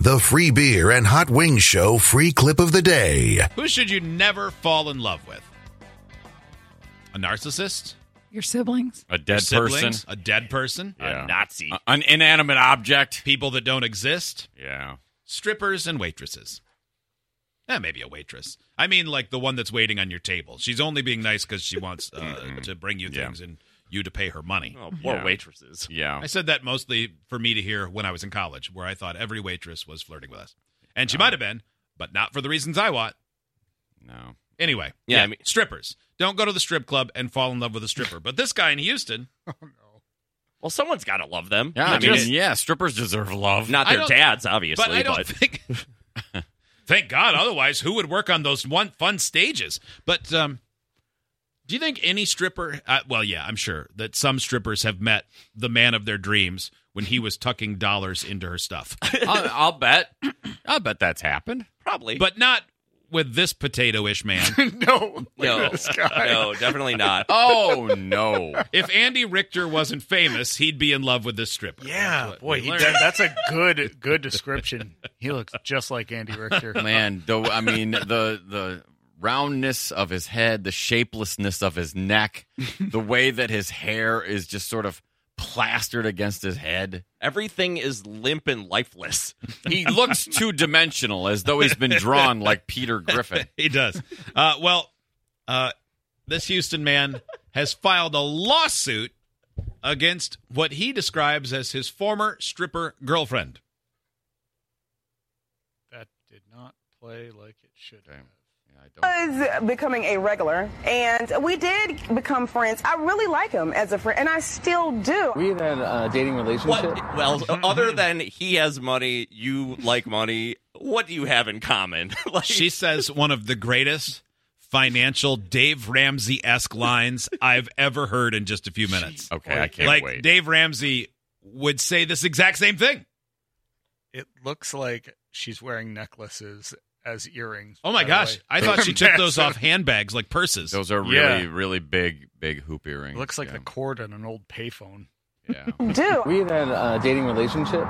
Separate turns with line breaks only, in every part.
The Free Beer and Hot Wings Show free clip of the day.
Who should you never fall in love with? A narcissist?
Your siblings?
A dead person.
Siblings? A dead person?
Yeah.
A Nazi?
A- an inanimate object.
People that don't exist?
Yeah.
Strippers and waitresses. Eh, maybe a waitress. I mean, like the one that's waiting on your table. She's only being nice because she wants uh, to bring you
Yeah.
things and you to pay her money.
Oh, poor
Yeah.
waitresses.
Yeah.
I said that mostly for me to hear when I was in college, where I thought every waitress was flirting with us. And
Oh.
she might have been, but not for the reasons I want.
No.
Anyway,
Yeah, I mean-
strippers. Don't go to the strip club and fall in love with a stripper. But this guy in Houston,
Well, someone's got to love them.
Yeah. I
Not
mean,
just-
yeah. Strippers deserve love.
not
I
their
don't-
dads, obviously.
but I don't think. thank God. Otherwise, who would work on those one fun stages? But um, do you think any stripper? Uh, well, yeah, I'm sure that some strippers have met the man of their dreams when he was tucking dollars into her stuff,
I'll, I'll bet. I'll bet that's happened.
probably.
but not with this potato-ish man.
no.
no, no, definitely not.
Oh no.
If Andy Richter wasn't famous, he'd be in love with this stripper. That's
Yeah,
what
boy,
we
he
learned.
did- that's a good good description. He looks just like Andy Richter.
Man, though I mean the the roundness of his head, the shapelessness of his neck, the way that his hair is just sort of plastered against his head.
Everything is limp and lifeless.
He looks two dimensional as though he's been drawn like Peter Griffin.
He does. Uh, well, uh, this Houston man has filed a lawsuit against what he describes as his former stripper girlfriend.
That did not play like it should have.
was becoming a regular, and we did become friends. I really like him as a friend, and I still do.
We in a uh, dating
What?
relationship.
Well, other than he has money, you like money. What do you have in common? like,
She says one of the greatest financial Dave Ramsey esque lines I've ever heard in just a few minutes.
Okay, I can't
like
wait.
Dave Ramsey would say this exact same thing.
It looks like she's wearing necklaces as earrings.
Oh my
by the
gosh.
way.
I thought she took
That's-
those off handbags like purses.
Those are really,
Yeah.
really big, big hoop earrings.
Looks like
yeah.
the cord on an old payphone.
Yeah.
Do
We in a uh, dating relationship,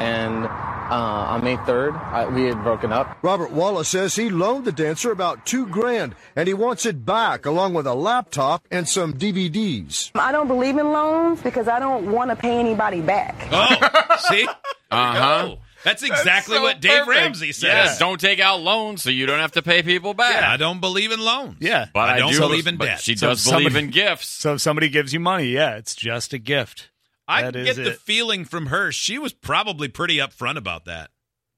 and uh, on May 3rd, I, we had broken up.
Robert Wallace says he loaned the dancer about two grand and he wants it back along with a laptop and some DVDs.
I don't believe in loans because I don't want to pay anybody back.
Oh, see?
Uh huh.
Oh, that's exactly what Dave Ramsey says.
Yes. Don't take out loans so you don't have to pay people back.
I don't believe in loans.
Yeah.
but I,
I don't
do
believe in
but
debt.
She
So
does
somebody-
believe in gifts.
So if somebody gives you money, yeah, it's just a gift.
I
That
get
is
the
it.
feeling from her she was probably pretty upfront about that.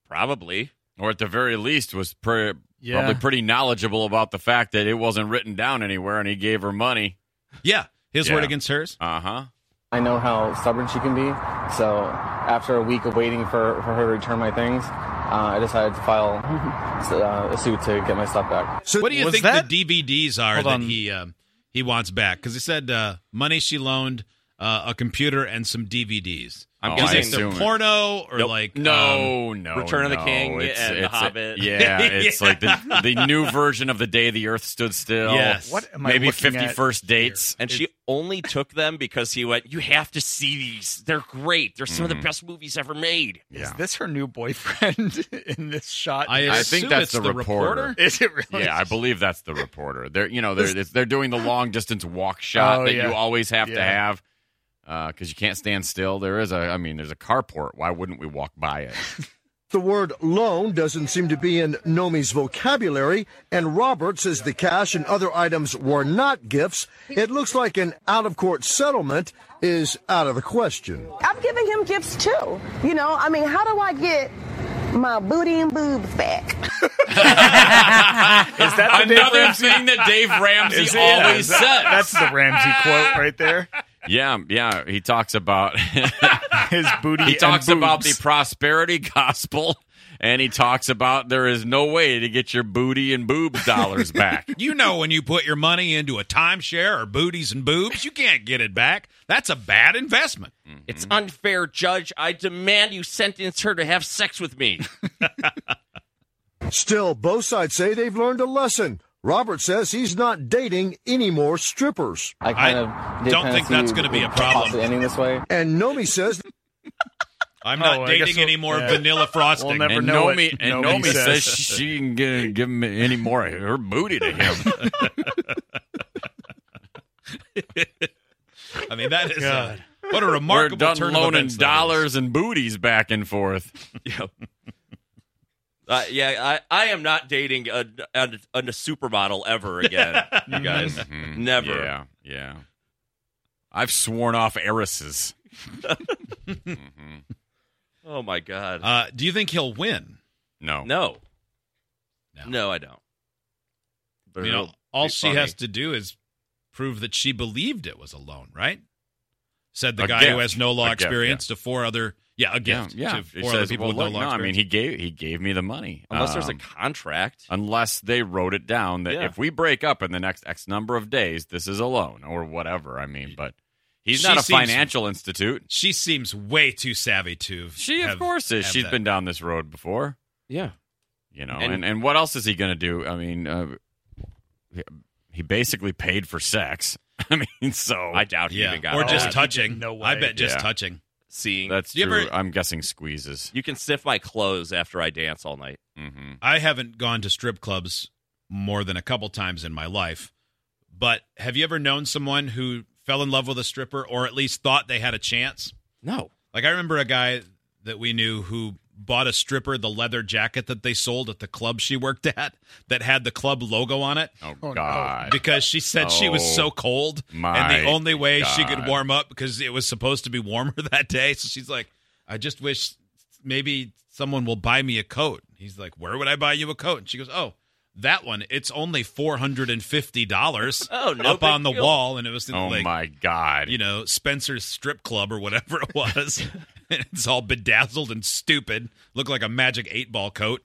probably.
Or at the very least, was pre-
Yeah.
probably pretty knowledgeable about the fact that it wasn't written down anywhere, and he gave her money.
Yeah, his
Yeah.
word against hers.
Uh huh.
I know how stubborn she can be, so after a week of waiting for, for her to return my things, uh, I decided to file uh, a suit to get my stuff back.
So
What do you
Was
think
that-
the DVDs are
Hold
that
on.
he um, he wants back? Because he said uh, money she loaned, uh, a computer, and some DVDs.
I'm
Oh,
Is
guessing
it the
assume it-
porno or
Nope.
like um,
no, no,
Return of the
no.
King and The Hobbit.
yeah, it's like the, the new version of the day the Earth stood still.
Yes.
What am I
maybe
looking at
fifty first
here?
dates.
And she only took them because he went, You have to see these. They're great. They're some of the best movies ever made.
Is this her new boyfriend in this shot?
I,
I
assume
think that's
it's
the reporter.
is it really?
Yeah, I believe that's the reporter. They're you know they're it's- they're doing the long distance walk shot
Oh,
that
yeah.
you always have to
Yeah.
have uh, because you can't stand still. There is a I mean there's a carport. Why wouldn't we walk by it?
The word loan doesn't seem to be in Nomi's vocabulary, and Robert says the cash and other items were not gifts. It looks like an out of court settlement is out of the question.
I'm giving him gifts too. You know, I mean, how do I get my booty and boobs back?
Is that the Dave
Another
Ramsey?
thing that Dave Ramsey
Is it-
always
yeah,
says.
that- That's the Ramsey quote right there.
Yeah, yeah. He talks about
His booty.
he
and
talks about the
boobs.
prosperity gospel, and he talks about there is no way to get your booty and boobs dollars back.
You know when you put your money into a timeshare or booties and boobs, you can't get it back. That's a bad investment.
It's unfair, Judge. I demand you sentence her to have sex with me.
Still, both sides say they've learned a lesson. Robert says he's not dating any more strippers.
I kind
I
of did
don't
kinda
think
see
that's gonna be a problem.
possibly ending this way.
And Nomi says
I'm not
Oh, I guess
dating
we'll-
any more
yeah.
vanilla frosting.
We'll never
And
know what
Nomi, and
Nomi
Nomi says
says.
she can give, give him any more of her booty to him.
I mean, that is uh
God.
what a
We're
remarkable
done
turn of
loaning
events that is.
dollars and booties back and forth.
Uh, yeah, I, I am not dating a, a, a supermodel ever again, you guys. Never.
Yeah, yeah. I've sworn off heiresses. Mm-hmm.
Oh, my God.
Uh, do you think he'll win?
No,
no.
No.
no. I don't. But
You
it'll
know, all
be
she
funny.
has to do is prove that she believed it was a loan, right? Said the
A
guy who
gift.
has no law
A gift,
experience to four other yeah a gift
Yeah,
to
yeah.
four
It
other
says,
people
well,
with
look,
no
no,
law
I mean,
experience.
he gave he gave me the money.
Unless there's a
Um,
contract.
unless they wrote it down that
Yeah.
if we break up in the next X number of days, this is a loan or whatever. I mean, but he's
She
not a
seems-
financial institute.
she seems way too savvy to.
She, of
have-
course, is.
have
She's
that.
been down this road before.
Yeah.
You know, and
And-
and, what else is he going to do? I mean, uh, he basically paid for sex. I mean, so
I doubt he
yeah,
even got
or
all
just
that.
touching.
No
I
way.
bet just
Yeah.
touching.
seeing.
that's
Do you
true.
ever-
I'm guessing squeezes.
you can sniff my clothes after I dance all night.
Mm-hmm.
I haven't gone to strip clubs more than a couple times in my life, but have you ever known someone who fell in love with a stripper or at least thought they had a chance?
No.
Like I remember a guy that we knew who bought a stripper the leather jacket that they sold at the club she worked at that had the club logo on it
Oh,
no.
God.
because she said she was
Oh,
so cold and
my
the only way she could
God.
warm up because it was supposed to be warmer that day so she's like I just wish maybe someone will buy me a coat. He's like, "Where would I buy you a coat?" And she goes, "Oh, that one. It's only $450
Oh, no
up on the
big deal.
wall and it was in
Oh
like
my God!
you know, Spencer's strip club or whatever it was. and it's all bedazzled and stupid. Looked like a magic eight ball coat.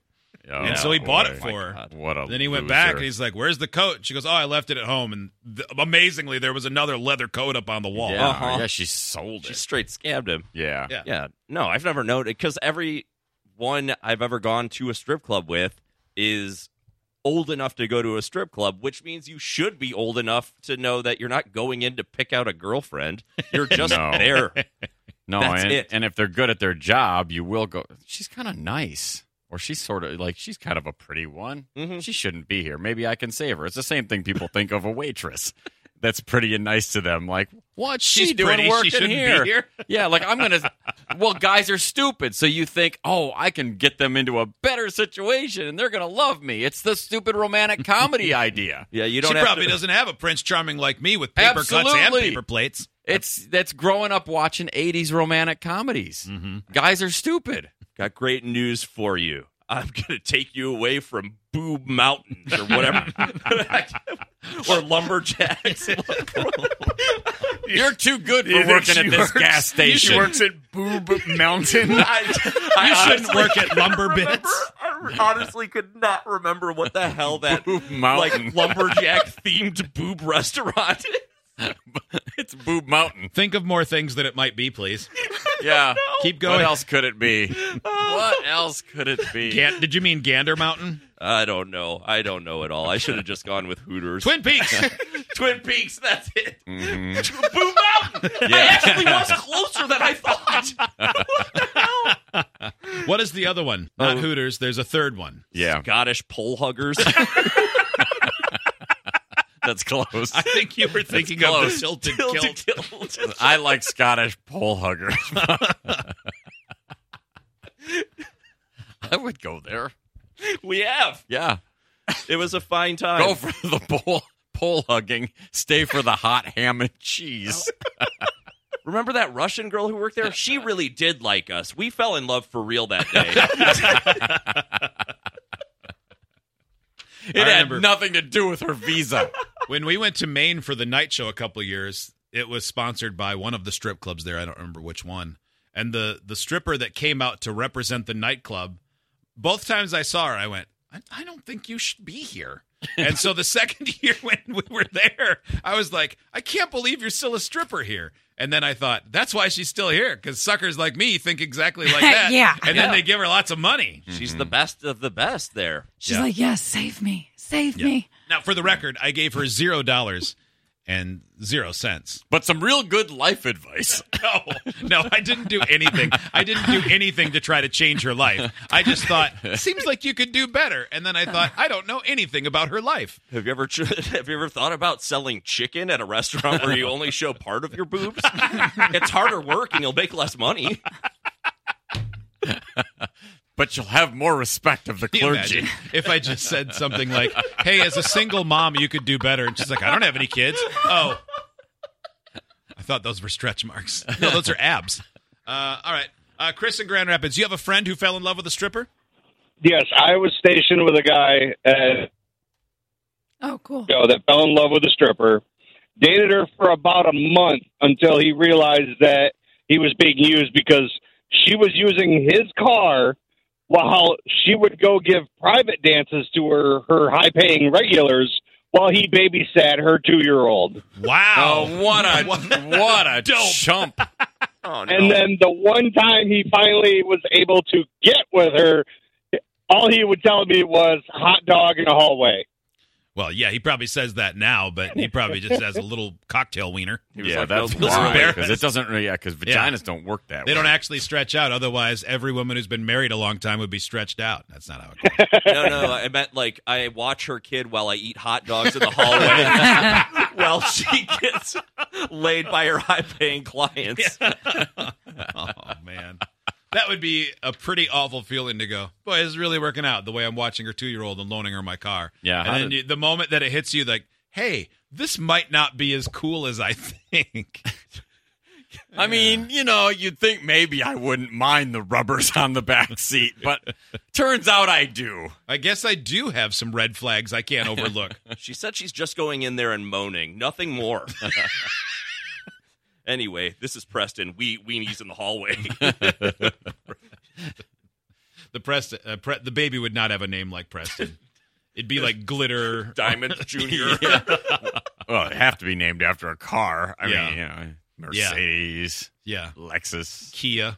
Oh,
and so he bought it
boy.
for her.
What a
Then he went
loser.
back and he's like, Where's the coat? And she goes, Oh, I left it at home. And th- amazingly, there was another leather coat up on the wall.
yeah,
Uh-huh.
yeah, she sold
She
it.
straight scammed him.
Yeah,
Yeah.
Yeah. No, I've never known it because every one I've ever gone to a strip club with is old enough to go to a strip club, which means you should be old enough to know that you're not going in to pick out a girlfriend. You're just
No.
there.
No,
That's
and,
it.
and if they're good at their job, you will go. She's kind of nice, or she's sort of like she's kind of a pretty one.
Mm-hmm.
Mhm.
She shouldn't be here. Maybe I can save her. It's the same thing people think of a waitress. That's pretty and nice to them. Like, what's she
She's
doing
pretty. She
working
shouldn't be
here?
here.
Yeah, like I'm gonna. well, guys are stupid, so you think, oh, I can get them into a better situation, and they're gonna love me. It's the stupid romantic comedy idea.
Yeah, you don't
She
have
probably
to,
doesn't have a Prince Charming like me with paper cuts and
Absolutely.
paper plates.
It's that's growing up watching '80s romantic comedies. Guys are stupid.
Got great news for you. I'm going to take you away from Boob Mountains or whatever. or Lumberjacks.
You're too good for
You think
working
she
at this
works-
gas
She
station.
works at Boob Mountain.
I, I
You shouldn't
honestly
work at
can't
lumber
remember.
bits.
I honestly could not remember what the hell that
Boob Mountain.
like lumberjack themed boob restaurant. is.
it's Boob Mountain.
Think of more things that it might be, please.
Yeah.
Keep going.
What else could it be? what else could it be?
Gan- Did you mean Gander Mountain?
I don't know. I don't know at all. I should have just gone with Hooters.
Twin Peaks.
Twin Peaks. That's it.
Mhm.
Boob Mountain. I actually was closer than I thought.
what is the other one? Not Hooters. There's a third one.
Yeah,
Scottish pole huggers.
that's close.
I think you were thinking of the
close.
tilted
Kill
kilt.
to kill.
I like Scottish pole huggers. I would go there.
We have.
Yeah.
It was a fine time.
Go for the pole pole hugging. Stay for the hot ham and cheese.
Remember that Russian girl who worked there? She really did like us. We fell in love for real that day.
It had
remember-
nothing to do with her visa.
when we went to Maine for the night show a couple of years, it was sponsored by one of the strip clubs there. I don't remember which one. And the the stripper that came out to represent the nightclub, both times I saw her, I went, I, I don't think you should be here. and so the second year when we were there, I was like, I can't believe you're still a stripper here. And then I thought, that's why she's still here because suckers like me think exactly like that.
Yeah.
And then they give her lots of money.
She's
Mm-hmm.
the best of the best there.
She's
Yeah.
like, yes, save me. Save
Yeah.
me.
Now, for the record, I gave her zero dollars and zero cents.
But some real good life advice.
No, no, I didn't do anything. I didn't do anything to try to change her life. I just thought, seems like you could do better. And then I thought, I don't know anything about her life.
Have you ever tr- have you ever thought about selling chicken at a restaurant where you only show part of your boobs? it's harder work and you'll make less money.
But you'll have more respect of the
Can you
clergy.
imagine if I just said something like, "Hey, as a single mom, you could do better," and she's like, "I don't have any kids." Oh, I thought those were stretch marks. No, those are abs. Uh, all right, uh, Chris in Grand Rapids, you have a friend who fell in love with a stripper.
Yes, I was stationed with a guy at
Oh, cool.
you know, that fell in love with a stripper, dated her for about a month until he realized that he was being used because she was using his car while she would go give private dances to her her high paying regulars while he babysat her two year old.
Wow,
Oh, what a what a chump!
Oh no.
And then the one time he finally was able to get with her, all he would tell me was hot dog in the hallway.
Well, yeah, he probably says that now, but he probably just has a little cocktail wiener.
He was
yeah,
like,
that's
"No, this is
why
embarrassing."
because it doesn't really yeah because vaginas don't work that
They
way.
don't actually stretch out. Otherwise, every woman who's been married a long time would be stretched out. That's not how it goes.
No, no, I meant like I watch her kid while I eat hot dogs in the hallway while she gets laid by her high paying clients.
oh man, that would be a pretty awful feeling to go. Boy, this is really working out the way I'm watching her two year old and loaning her my car.
Yeah, how
and then
did-
you, the moment that it hits you, like, hey, this might not be as cool as I think.
I mean, you know, you'd think maybe I wouldn't mind the rubbers on the back seat, but turns out I do.
I guess I do have some red flags I can't overlook.
She said she's just going in there and moaning, nothing more. anyway, this is Preston. We weenies in the hallway.
the Preston, uh, Pre- the baby would not have a name like Preston. It'd be like glitter.
Diamond Junior.
Well, it'd have to be named after a car. I
Yeah.
mean, you know,
Yeah.
Mercedes,
Yeah,
Lexus.
Kia.